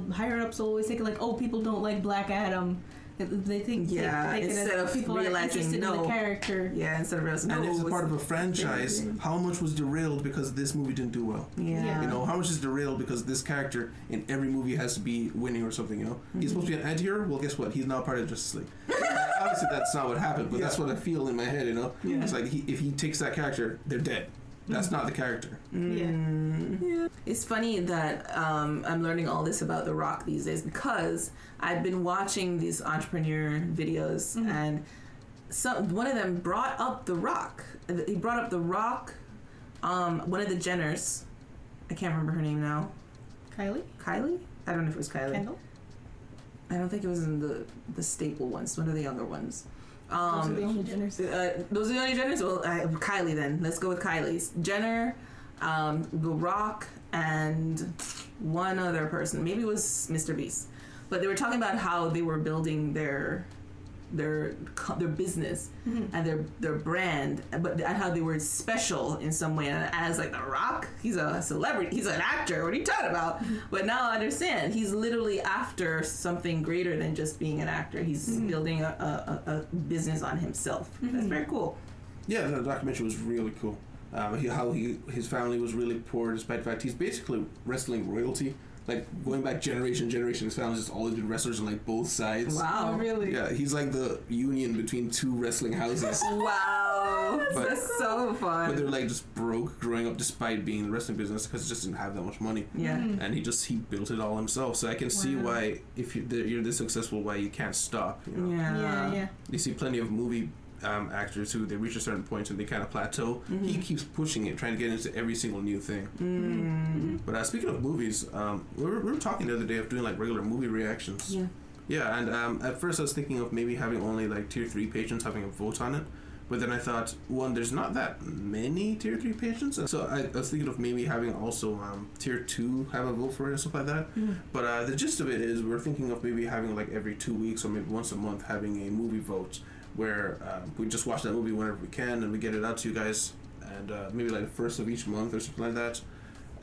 B: the higher ups always think like, oh, people don't like Black Adam. They think they-
C: Yeah,
B: they, take it as
C: instead of
B: people are
C: realizing,
B: interested in
C: no.
B: the character.
C: Yeah, instead of realizing,
A: And
C: oh,
A: if
C: it's-
A: it's part of a franchise,
C: Mhm.
A: how much was derailed because this movie didn't do well?
C: yeah.
A: You know, how much is derailed because this character in every movie has to be winning or something, you know? He's supposed to be an anti-hero? Well, guess what? He's not part of Justice League. Uh, Obviously, that's not what happened, but that's what I feel in my head, you know?
D: Yeah.
A: It's like, he, if he takes that character, they're dead. That's not the character.
C: Mm. It's funny that um, I'm learning all this about The Rock these days because I've been watching these entrepreneur videos,
B: Mm-hmm.
C: and some one of them brought up The Rock. He brought up The Rock. Um, one of the Jenners, I can't remember her name now.
B: Kylie,
C: Kylie? I don't know if it was Kylie.
B: Kendall,
C: I don't think it was in the the staple ones. One of the younger ones.
B: those are
C: Um,
B: the only genders.
C: uh, those are the only Jenners. Well, uh, Kylie then. Let's go with Kylie's Jenner, um, The Rock, and one other person. Maybe it was Mr. Beast. But they were talking about how they were building their their co- their business
B: Mm-hmm.
C: and their their brand, but and how they were special in some way. And I was like, The Rock, he's a celebrity, he's an actor. What are you talking about?
B: Mm-hmm.
C: But now I understand. He's literally after something greater than just being an actor. He's
B: Mm-hmm.
C: building a, a, a a business on himself. That's very cool.
A: Yeah, the documentary was really cool. Um, he, how he his family was really poor, despite the fact he's basically wrestling royalty. Like going back generation generation, his family's just always been wrestlers on like both sides.
C: Wow.
B: oh, really?
A: Yeah, he's like the union between two wrestling houses,
C: Wow.
A: But-
C: That's so
A: but
C: fun.
A: they're like just broke growing up despite being in the wrestling business because just didn't have that much money.
C: Yeah.
A: And he just he built it all himself. So I can see
B: Wow.
A: why if you, that you're this successful, why you can't stop. You know?
C: Yeah.
B: Mm-hmm. yeah, yeah.
A: You see plenty of movie um, actors who they reach a certain point and they kind of plateau.
C: Mm-hmm.
A: He keeps pushing it, trying to get into every single new thing.
C: Mm.
A: But uh, speaking of movies, um, we, were, we were talking the other day of doing like regular movie reactions.
B: Mm-hmm.
C: Yeah.
A: Yeah, and um, at first I was thinking of maybe having only like tier three patrons having a vote on it, but then I thought, one, there's not that many tier three patrons, so I, I was thinking of maybe having also um, tier two have a vote for it and stuff like that. But uh, the gist of it is, we're thinking of maybe having like every two weeks or maybe once a month having a movie vote where um, we just watch that movie whenever we can and we get it out to you guys, and uh, maybe like the first of each month or something like that.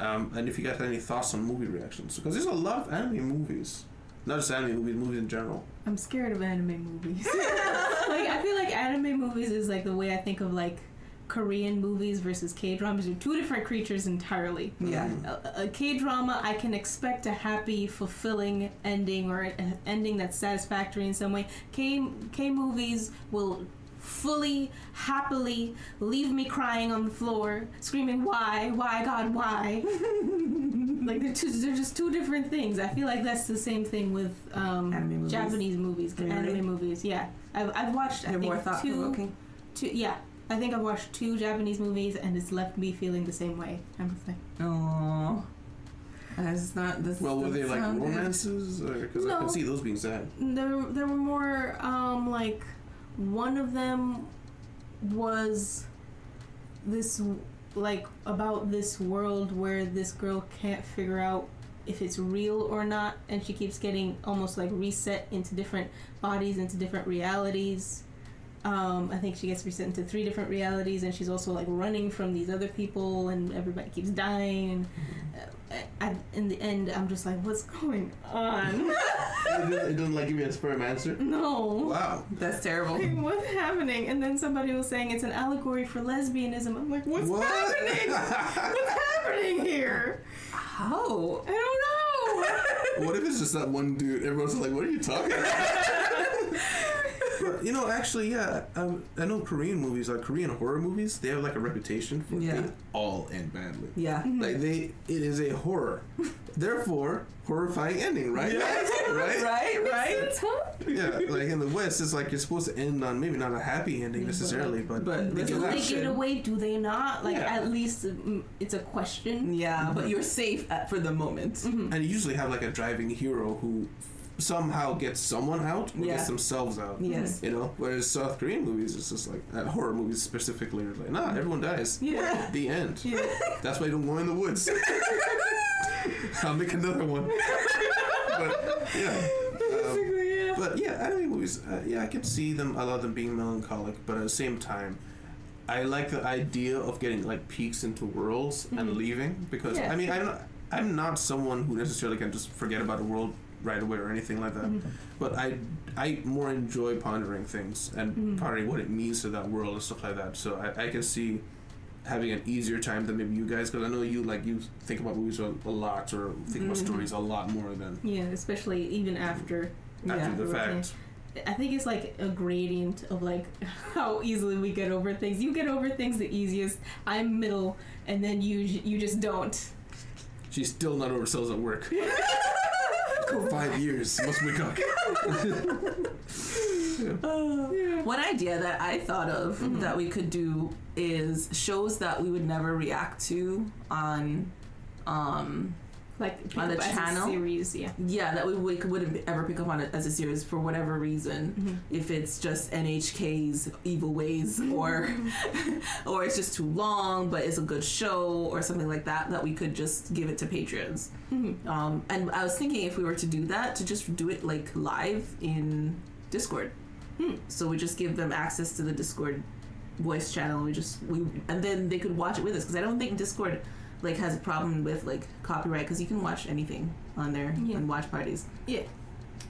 A: Um, and if you guys had any thoughts on movie reactions, because there's a lot of anime movies. Not just anime movies, movies in general.
B: I'm scared of anime movies. like I feel like anime movies is like the way I think of like Korean movies versus K dramas. They're two different creatures entirely.
C: Yeah.
B: A, a K drama, I can expect a happy, fulfilling ending or an ending that's satisfactory in some way. K K movies will fully, happily leave me crying on the floor, screaming, "Why? Why, God? Why?" like they're, two, they're just two different things. I feel like that's the same thing with um,
C: Anime movies.
B: Japanese movies,
C: Really?
B: anime movies. Yeah, I've, I've watched. I
C: They're more
B: think
C: thought
B: two,
C: provoking.
B: two, yeah. I think I've watched two Japanese movies and it's left me feeling the same way. I'm just like,
C: Oh, that's not. This
A: Well, were
C: doesn't
A: they like
C: sound good.
A: romances? Because I
B: No.
A: can see those being sad.
B: there there were more um like one of them was this like about this world where this girl can't figure out if it's real or not and she keeps getting almost like reset into different bodies into different realities um, I think she gets reset into three different realities, and she's also like running from these other people, and everybody keeps dying. Uh, I, in the end, I'm just like, what's going on?
A: it, doesn't, it doesn't like give you a sperm answer.
B: no.
A: Wow.
C: That's terrible.
B: Like, what's happening? And then somebody was saying it's an allegory for lesbianism. I'm like, what's
A: What?
B: happening? what's happening here?
C: How?
B: I don't know.
A: what if it's just that one dude? Everyone's like, "What are you talking about?" but you know, actually, yeah, um, I know Korean movies, like Korean horror movies, they have like a reputation for
C: Yeah.
A: they all end badly.
C: Yeah.
A: Like they, it is a horror, therefore horrifying ending, right? right?
C: Right. Right.
A: Yeah. Like in the West, it's like you're supposed to end on maybe not a happy ending necessarily, but,
C: But
A: they
C: there's
A: do
C: a
B: do
A: that
B: they
C: Action.
B: get away? Do they not? Like,
A: Yeah.
B: at least mm, it's a question.
C: Yeah, but you're safe at, for the moment.
B: Mm-hmm.
A: and you usually have like a driving hero who somehow gets someone out or
C: Yeah.
A: gets themselves out.
C: Yes.
A: You know, whereas South Korean movies, it's just like uh, horror movies specifically, are like nah, everyone dies.
B: Mm-hmm.
C: Yeah.
A: The end. That's why you don't go in the woods. I'll make another one. but yeah. Um,
C: yeah.
A: but yeah, anime movies. Uh, yeah, I can see them. I love them being melancholic, but at the same time, I like the idea of getting like peeks into worlds and leaving because
B: Yeah.
A: I mean I'm not, I'm not someone who necessarily can just forget about the world right away or anything like that. But I I more enjoy pondering things and pondering what it means to that world and stuff like that. So I, I can see having an easier time than maybe you guys because I know you like you think about movies a, a lot or think about stories a lot more than
B: Yeah, especially even after.
A: after the
B: Okay.
A: fact.
B: I think it's like a gradient of like how easily we get over things. You get over things the easiest. I'm middle, and then you you just don't.
A: She's still not over sales at work. Go five years. Must wake up.
C: Uh, One idea that I thought of
B: Mm-hmm.
C: that we could do is shows that we would never react to on, um,
B: Like pick
C: On the
B: up as a
C: channel?
B: series, yeah.
C: yeah, that we, we wouldn't ever pick up on it as a series for whatever reason.
B: Mhm.
C: If it's just NHK's evil ways, or
B: Mm-hmm.
C: or it's just too long, but it's a good show, or something like that, that we could just give it to patrons.
B: Mhm.
C: Um, and I was thinking if we were to do that, to just do it like live in Discord.
B: Hmm.
C: So we just give them access to the Discord voice channel. We just we and then they could watch it with us because I don't think Discord like has a problem with like copyright because you can watch anything on there
B: Yeah.
C: and watch parties.
B: Yeah.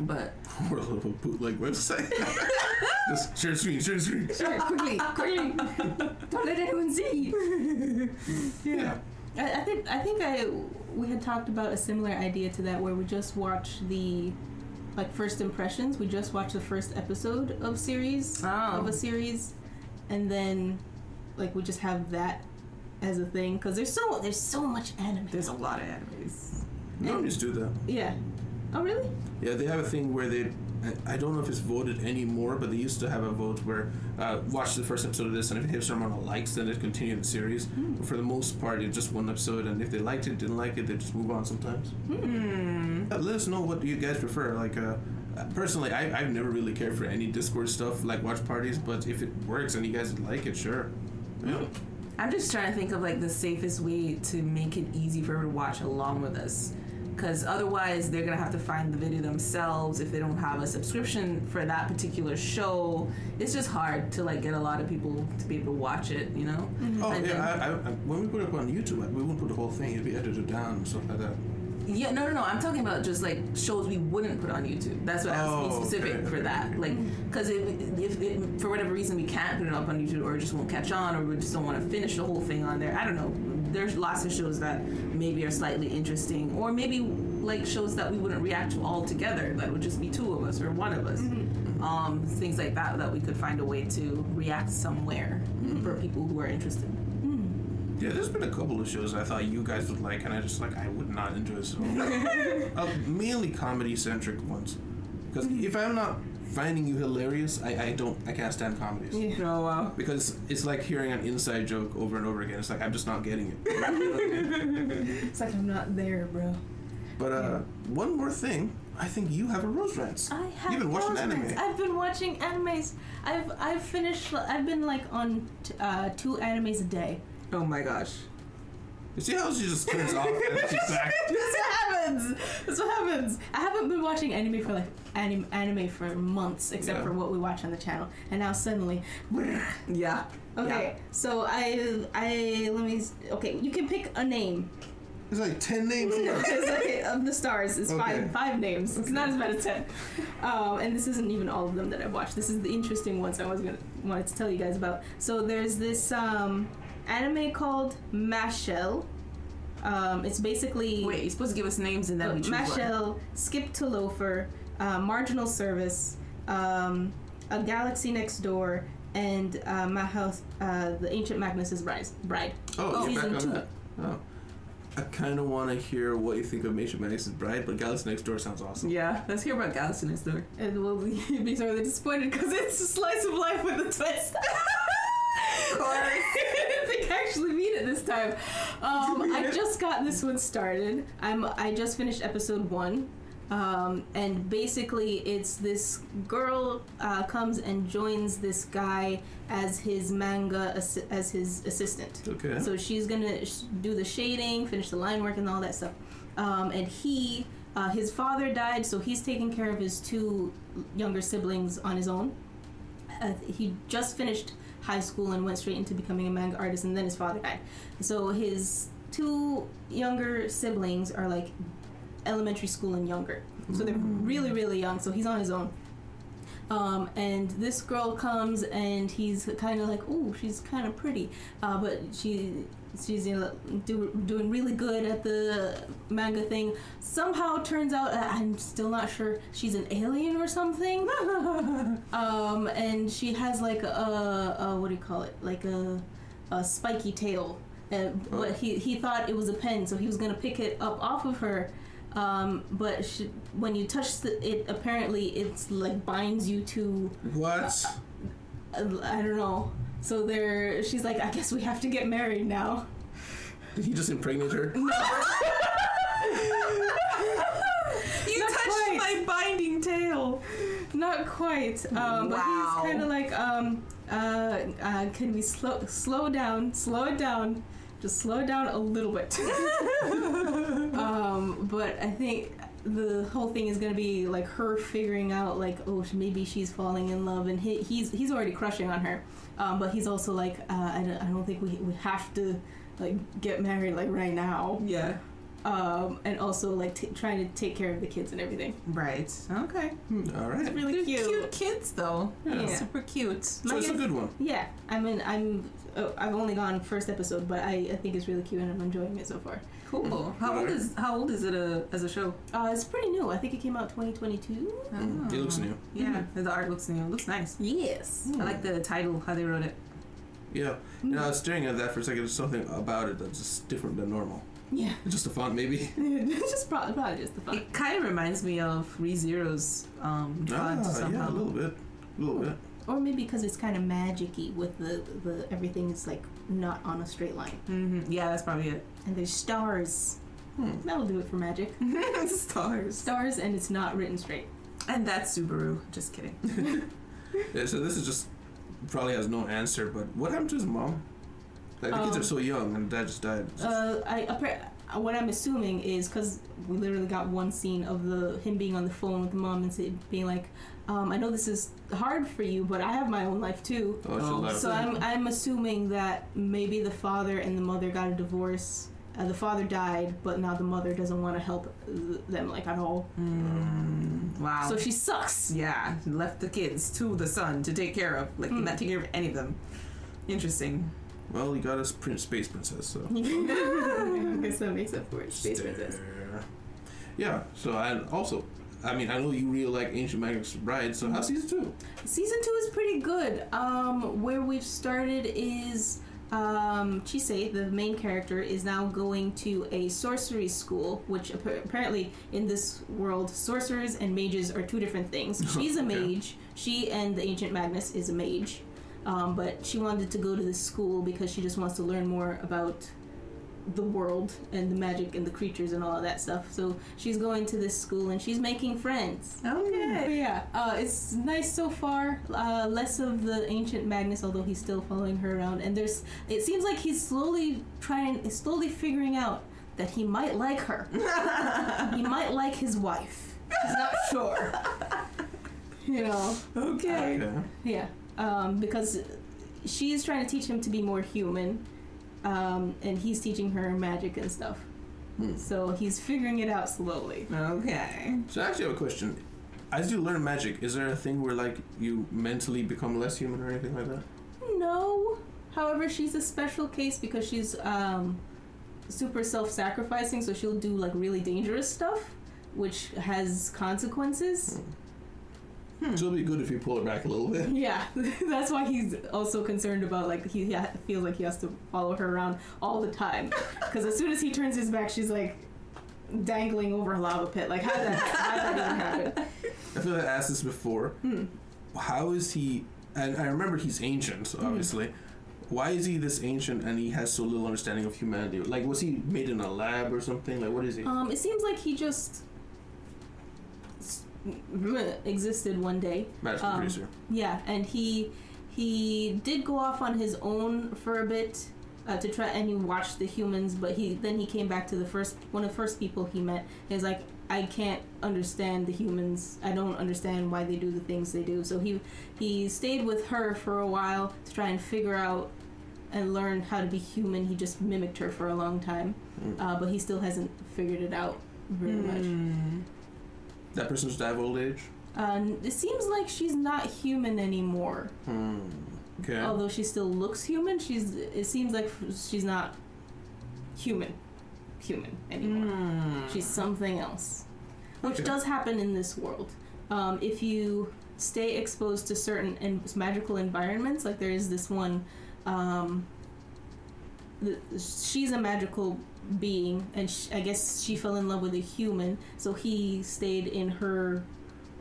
C: But
A: We're a little bootleg website. Just share screen, share screen.
B: Sure, quickly, quickly. Don't let anyone see.
A: Yeah.
B: I, I think I think I we had talked about a similar idea to that where we just watch the like first impressions. We just watch the first episode of series
C: Oh.
B: of a series, and then like we just have that as a thing because there's so there's so much anime.
C: there's a lot of animes.
A: Normalies do that.
B: yeah. Oh really?
A: Yeah, they have a thing where they. I- I don't know if it's voted anymore, but they used to have a vote where uh, watch the first episode of this, and if it hits a certain amount of likes, then it continue the series. But for the most part, it's just one episode, and if they liked
C: Hmm.
A: it, didn't like it, they just move on sometimes. Uh, let us know what you guys prefer. Like, uh, personally, I, I've never really cared for any Discord stuff like watch parties, but if it works and you guys like it, sure. Yeah.
C: I'm just trying to think of like the safest way to make it easy for her to watch along with us. Because otherwise, they're gonna have to find the video themselves if they don't have a subscription for that particular show. It's just hard to like get a lot of people to be able to watch it, you know.
A: Oh
C: And
A: yeah,
C: then-
A: I, I, I, when we put it up on YouTube, we won't put the whole thing. It'd be edited down and stuff like that.
C: Yeah, no, no, no. I'm talking about just like shows we wouldn't put on YouTube. That's what I was being
A: Oh,
C: specific
A: okay,
C: for
A: okay,
C: that.
A: okay.
C: Like, because if, if it, for whatever reason we can't put it up on YouTube or it just won't catch on or we just don't want to finish the whole thing on there, I don't know. There's lots of shows that maybe are slightly interesting or maybe like shows that we wouldn't react to all together that would just be two of us or one of us.
E: Mm-hmm.
C: Um, things like that that we could find a way to react somewhere for
E: Mm-hmm.
C: people who are interested.
A: Yeah, there's been a couple of shows I thought you guys would like, and I just like I would not enjoy this at all. uh, mainly comedy centric ones, because if I'm not finding you hilarious, I, I don't I can't stand comedies.
E: Oh wow.
A: Because it's like hearing an inside joke over and over again. It's like I'm just not getting it. You know what I mean?
B: It's like I'm not there, bro.
A: But uh, one more thing, I think you have a rose rants.
B: I have
A: You've been watching
B: those
A: anime.
B: things. I've been watching animes. I've I've finished. I've been like on t- uh, two animes a day.
E: Oh my gosh.
A: You see how she just turns off and she's back.
B: That's what happens. That's what happens. I haven't been watching anime for like anim- anime for months, except
A: Yeah.
B: for what we watch on the channel. And now suddenly,
E: Yeah.
B: okay. So I I let me. s- Okay, you can pick a name.
A: There's like ten names. left.
B: It's like of the stars. It's
A: Okay.
B: five five names. It's not as bad as ten. Um, and this isn't even all of them that I've watched. This is the interesting ones I was gonna wanted to tell you guys about. So there's this um, anime called Mashel. Um, it's basically
C: Wait, you're supposed to give us names and then we
B: uh,
C: choose one.
B: Mashel, Skip to Loafer, uh, Marginal Service, um, A Galaxy Next Door, and uh, Mahel, uh, The Ancient Magnus' Rise, Bride.
A: Oh,
B: Oh,
A: you're back
B: season
A: on
B: two.
A: that. Oh. I kind of want to hear what you think of Mason Madison's Bride, but Galaxy Next Door sounds awesome.
E: Yeah. Let's hear about Galaxy Next Door.
B: And we'll be be sorely disappointed because it's a slice of life with a twist. Of course. I think I actually beat it this time. Um, I just got this one started. I'm I just finished episode one. Um, and basically, it's this girl uh, comes and joins this guy as his manga assi- as his assistant.
A: Okay.
B: So she's gonna sh- do the shading, finish the line work, and all that stuff. Um, and he, uh, his father died, so he's taking care of his two younger siblings on his own. Uh, he just finished high school and went straight into becoming a manga artist, and then his father died. So his two younger siblings are like elementary school and younger. So they're really, really young. So he's on his own. Um, and this girl comes, and he's kind of like, "Ooh, she's kind of pretty," uh, but she she's you know, do, doing really good at the manga thing. Somehow turns out I- I'm still not sure she's an alien or something. um, and she has like a, a what do you call it? Like a a spiky tail. Uh, but he he thought it was a pen, so he was gonna pick it up off of her. Um, but she, when you touch the, it, apparently it's like binds you to
A: What?
B: uh, I don't know. So there, she's like, I guess we have to get married now.
A: Did he just impregnate her?
C: You
B: Not
C: touched
B: quite.
C: my binding tail.
B: Not quite. Um, But
C: Wow.
B: he's kind of like, um, uh, uh, can we slow slow down? Slow it down. Just slow it down a little bit. um, but I think the whole thing is gonna be like her figuring out like, oh, sh- maybe she's falling in love, and he, he's he's already crushing on her. Um, but he's also like, uh, I, don't, I don't think we we have to like get married like right now.
E: Yeah.
B: Um, and also like t- trying to take care of the kids and everything.
C: Right. Okay.
A: Hmm, All right.
B: Really
C: They're cute. kids though.
A: Yeah.
B: Yeah.
C: Super cute.
A: So it's a good one.
B: Yeah, I mean, I'm. Oh, I've only gone first episode, but I, I think it's really cute and I'm enjoying it so far.
C: Cool. How old is how old is it a, as a show?
B: Uh, it's pretty new. I think it came out 2022.
A: Mm, It looks new.
C: Oh. Yeah. The art looks new. It looks nice.
B: Yes.
C: I like the title, how they wrote it.
A: Yeah. And I was staring at that for a second. There's something about it that's just different than normal.
B: Yeah.
A: It's Just the font, maybe.
B: it's just probably, probably just the fun.
C: It kind of reminds me of ReZero's um font
A: Ah, yeah, a
C: somehow.
A: little bit. A little bit.
B: Or maybe because it's kind of magic-y with the, the everything is like not on a straight line.
C: hmm Yeah, that's probably it.
B: And there's stars.
A: Hmm.
B: That'll do it for magic.
C: Stars.
B: Stars and it's not written straight.
F: And that's Subaru.
C: Just kidding.
A: Yeah, so this is just probably has no answer. But what happened to his mom? Like the kids
B: Um,
A: are so young, and dad just died.
B: Uh, I appar- what I'm assuming is because we literally got one scene of the him being on the phone with the mom and say, being like, um, "I know this is hard for you, but I have my own life too."
A: oh,
C: oh,
A: she left.
B: So I'm I'm assuming that maybe the father and the mother got a divorce. Uh, the father died, but now the mother doesn't want to help uh, them like at all.
F: Mm, wow.
B: So she sucks.
F: yeah, left the kids to the son to take care of. Like,
B: Hmm.
F: not take care of any of them. Interesting.
A: well, he got us prin- space princess. So
B: I guess that makes up for it. Space princess.
A: Stare. Yeah. So I also, I mean, I know you really like Ancient Magic's Bride. So how's season two?
B: Season two is pretty good. Um, where we've started is um, Chisei, the main character, is now going to a sorcery school, which appa- apparently in this world, sorcerers and mages are two different things. She's a
A: Okay.
B: mage. She and the ancient Magnus is a mage, um, but she wanted to go to this school because she just wants to learn more about the world and the magic and the creatures and all of that stuff. So she's going to this school and she's making friends. But
F: Okay.
B: yeah, uh, it's nice so far. Uh, less of the ancient Magnus, although he's still following her around. And there's, it seems like he's slowly trying, is slowly figuring out that he might like her. he might like his wife. He's not sure. you know,
F: Okay.
A: Okay.
B: yeah, um, because she's trying to teach him to be more human, um, and he's teaching her magic and stuff.
A: Hmm.
B: So he's figuring it out slowly.
F: Okay.
A: So I actually have a question. As you learn magic, is there a thing where like you mentally become less human or anything like that?
B: No. However, she's a special case because she's um, super self-sacrificing, so she'll do like really dangerous stuff, which has consequences. Hmm.
A: So it'll be good if you pull it back a little bit.
B: Yeah, that's why he's also concerned about like he ha- feels like he has to follow her around all the time because as soon as he turns his back, she's like dangling over a lava pit. Like how that how that even happen?
A: I feel like I asked this before.
B: Hmm.
A: How is he? And I remember he's ancient,
B: Hmm.
A: obviously. Why is he this ancient and he has so little understanding of humanity? Like, was he made in a lab or something? Like, what is he?
B: Um, it seems like he just s- existed one day
A: Magic
B: um,
A: producer.
B: Yeah, and he he did go off on his own for a bit uh, to try and he watched the humans, but he then he came back to the first one of the first people he met. He's like, I can't understand the humans. I don't understand why they do the things they do. So he he stayed with her for a while to try and figure out and learn how to be human. He just mimicked her for a long time,
A: Mm.
B: uh, but he still hasn't figured it out very much.
F: Hmm.
A: That person's die of old age.
B: Um, it seems like she's not human anymore.
A: Hmm. Okay.
B: Although she still looks human, she's it seems like she's not human, human anymore.
F: Hmm.
B: She's something else, which
A: Okay.
B: does happen in this world. Um, if you stay exposed to certain en- magical environments, like there is this one, um, the, she's a magical being, and sh I guess she fell in love with a human, so he stayed in her,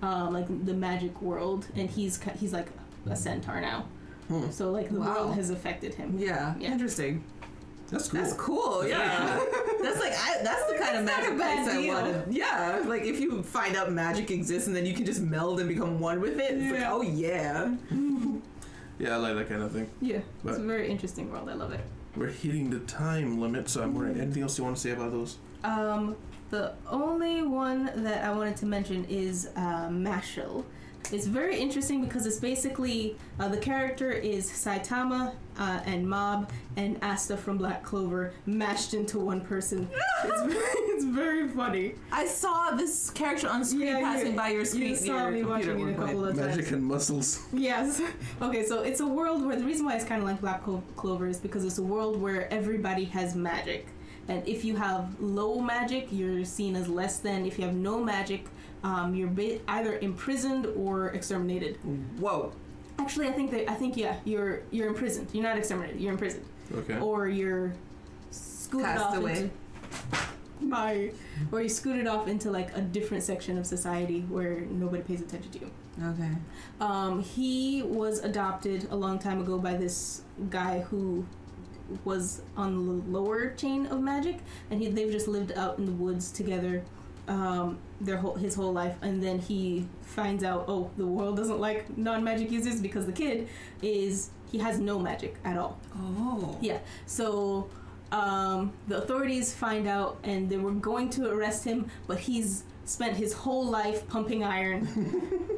B: uh, like the magic world, and he's ki- he's like a centaur now.
A: Hmm.
B: So like the
F: Wow.
B: world has affected him.
F: Yeah.
B: Yeah.
F: Interesting.
A: That's cool.
F: That's cool. Yeah. that's like I, that's the kind of
B: That's
F: magic
B: not a bad
F: place I
B: deal.
F: wanted. Yeah. Like if you find out magic exists and then you can just meld and become one with it. It's like,
B: Yeah.
F: oh yeah.
A: Yeah, I like that kind of thing.
B: Yeah,
A: But-
B: it's a very interesting world. I love it.
A: We're hitting the time limit, so I'm
B: Hmm.
A: wondering anything else you want to say about those?
B: Um, the only one that I wanted to mention is uh, Mashal. It's very interesting because it's basically uh, the character is Saitama uh, and Mob and Asta from Black Clover mashed into one person. it's, very, it's very funny.
F: I saw this character on screen
B: Yeah, you-
F: passing by your screen.
B: You saw
F: your
B: me
F: computer
B: watching
F: at
B: it a
F: one point.
B: couple of times.
A: Magic and muscles.
B: Yes. Okay, so it's a world where the reason why it's kind of like Black Clo- Clover is because it's a world where everybody has magic. And if you have low magic, you're seen as less than. If you have no magic, um, you're ba- either imprisoned or exterminated.
F: Whoa.
B: Actually, I think that I think yeah, you're you're imprisoned. You're not exterminated. You're imprisoned,
A: Okay.
B: or you're scooted
F: Cast
B: off
F: away.
B: into my, or you scooted off into like a different section of society where nobody pays attention to you.
F: Okay.
B: Um, he was adopted a long time ago by this guy who was on the lower chain of magic, and he, they've just lived out in the woods together. um, their whole his whole life, and then he finds out oh the world doesn't like non magic users because the kid is he has no magic at all.
F: Oh.
B: Yeah. So um, the authorities find out and they were going to arrest him, but he's spent his whole life pumping iron.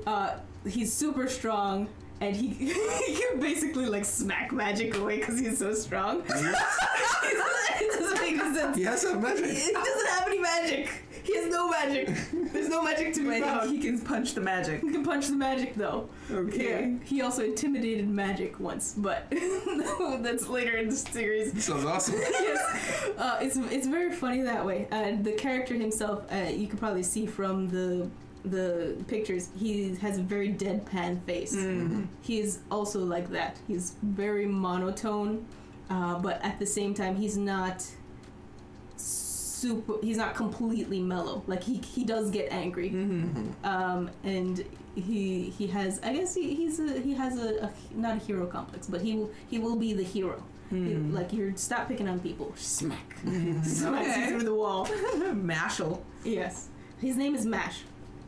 B: uh, he's super strong. And he, he can basically like smack magic away because he's so strong. it doesn't make any sense.
A: He has that magic.
B: It doesn't have any magic. He has no magic. There's no magic to be
C: But
B: found.
C: he can punch the magic.
B: He can punch the magic though.
C: Okay.
B: Yeah. He also intimidated magic once, but that's later in the series
A: This sounds awesome.
B: yes. Uh, it's it's very funny that way. Uh, the character himself, uh, you can probably see from the the pictures, he has a very deadpan face. He's also like that. He's very monotone, uh, but at the same time, he's not super. He's not completely mellow. Like he he does get angry, um, and he he has. I guess he, he's a, he has a, a not a hero complex, but he will he will be the hero. You- like you're stop picking on people. Smack. Smacks
F: Okay.
B: you through the wall.
F: Mm. Mashal.
B: Yes. His name is Mash.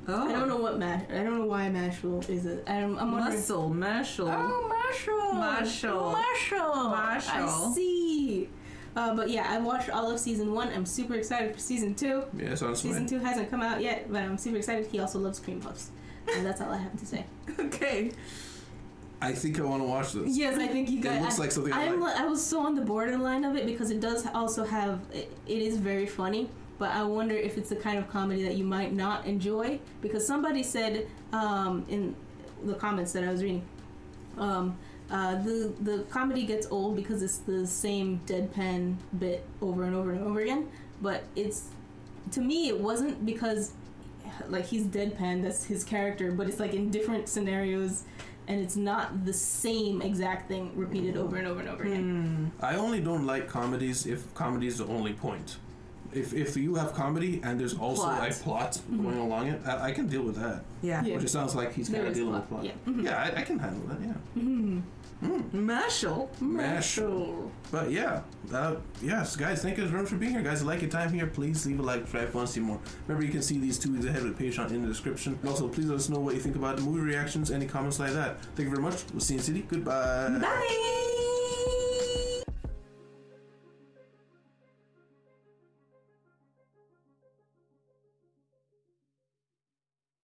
F: Oh.
B: I don't know what Mash. I don't know why Mashal is it. I'm, I'm wondering.
F: Muscle. Mashal.
B: Oh, Marshall.
F: Marshall.
B: Marshall.
F: Marshall.
B: I see. Uh, but yeah, I watched all of season one. I'm super excited for season two.
A: Yeah, sounds fine.
B: Season two hasn't come out yet, but I'm super excited. He also loves cream puffs. And that's all I have to say.
F: Okay.
A: I think I want to watch this.
B: Yes, I think you guys.
A: looks like something I
B: I, am I was so on the borderline of it because it does also have. It, it is very funny, but I wonder if it's the kind of comedy that you might not enjoy because somebody said um, in the comments that I was reading, um, uh, the the comedy gets old because it's the same deadpan bit over and over and over again. But it's to me, it wasn't because like he's deadpan that's his character but it's like in different scenarios and it's not the same exact thing repeated over and over and over again
F: Mm.
A: I only don't like comedies if comedy is the only point. If, if you have comedy and there's also
F: Plot.
A: a plot going along it, I, I can deal with that.
F: Yeah.
B: Mm-hmm. Yeah.
A: Which it sounds like he's kind
B: There
A: of
B: is
A: dealing
B: plot,
A: with
B: yeah. Mm-hmm.
A: plot. Yeah, I, I can handle that. Yeah.
F: Mashal.
B: Mm-hmm.
A: Mash. But yeah, uh, yes, guys, thank you very much for being here. Guys, if you like your time here, please leave a like if you want to see more. Remember, you can see these two weeks ahead with Patreon in the description. And also, please let us know what you think about the movie reactions, any comments like that. Thank you very much. We'll see you in the city. Goodbye.
F: Bye.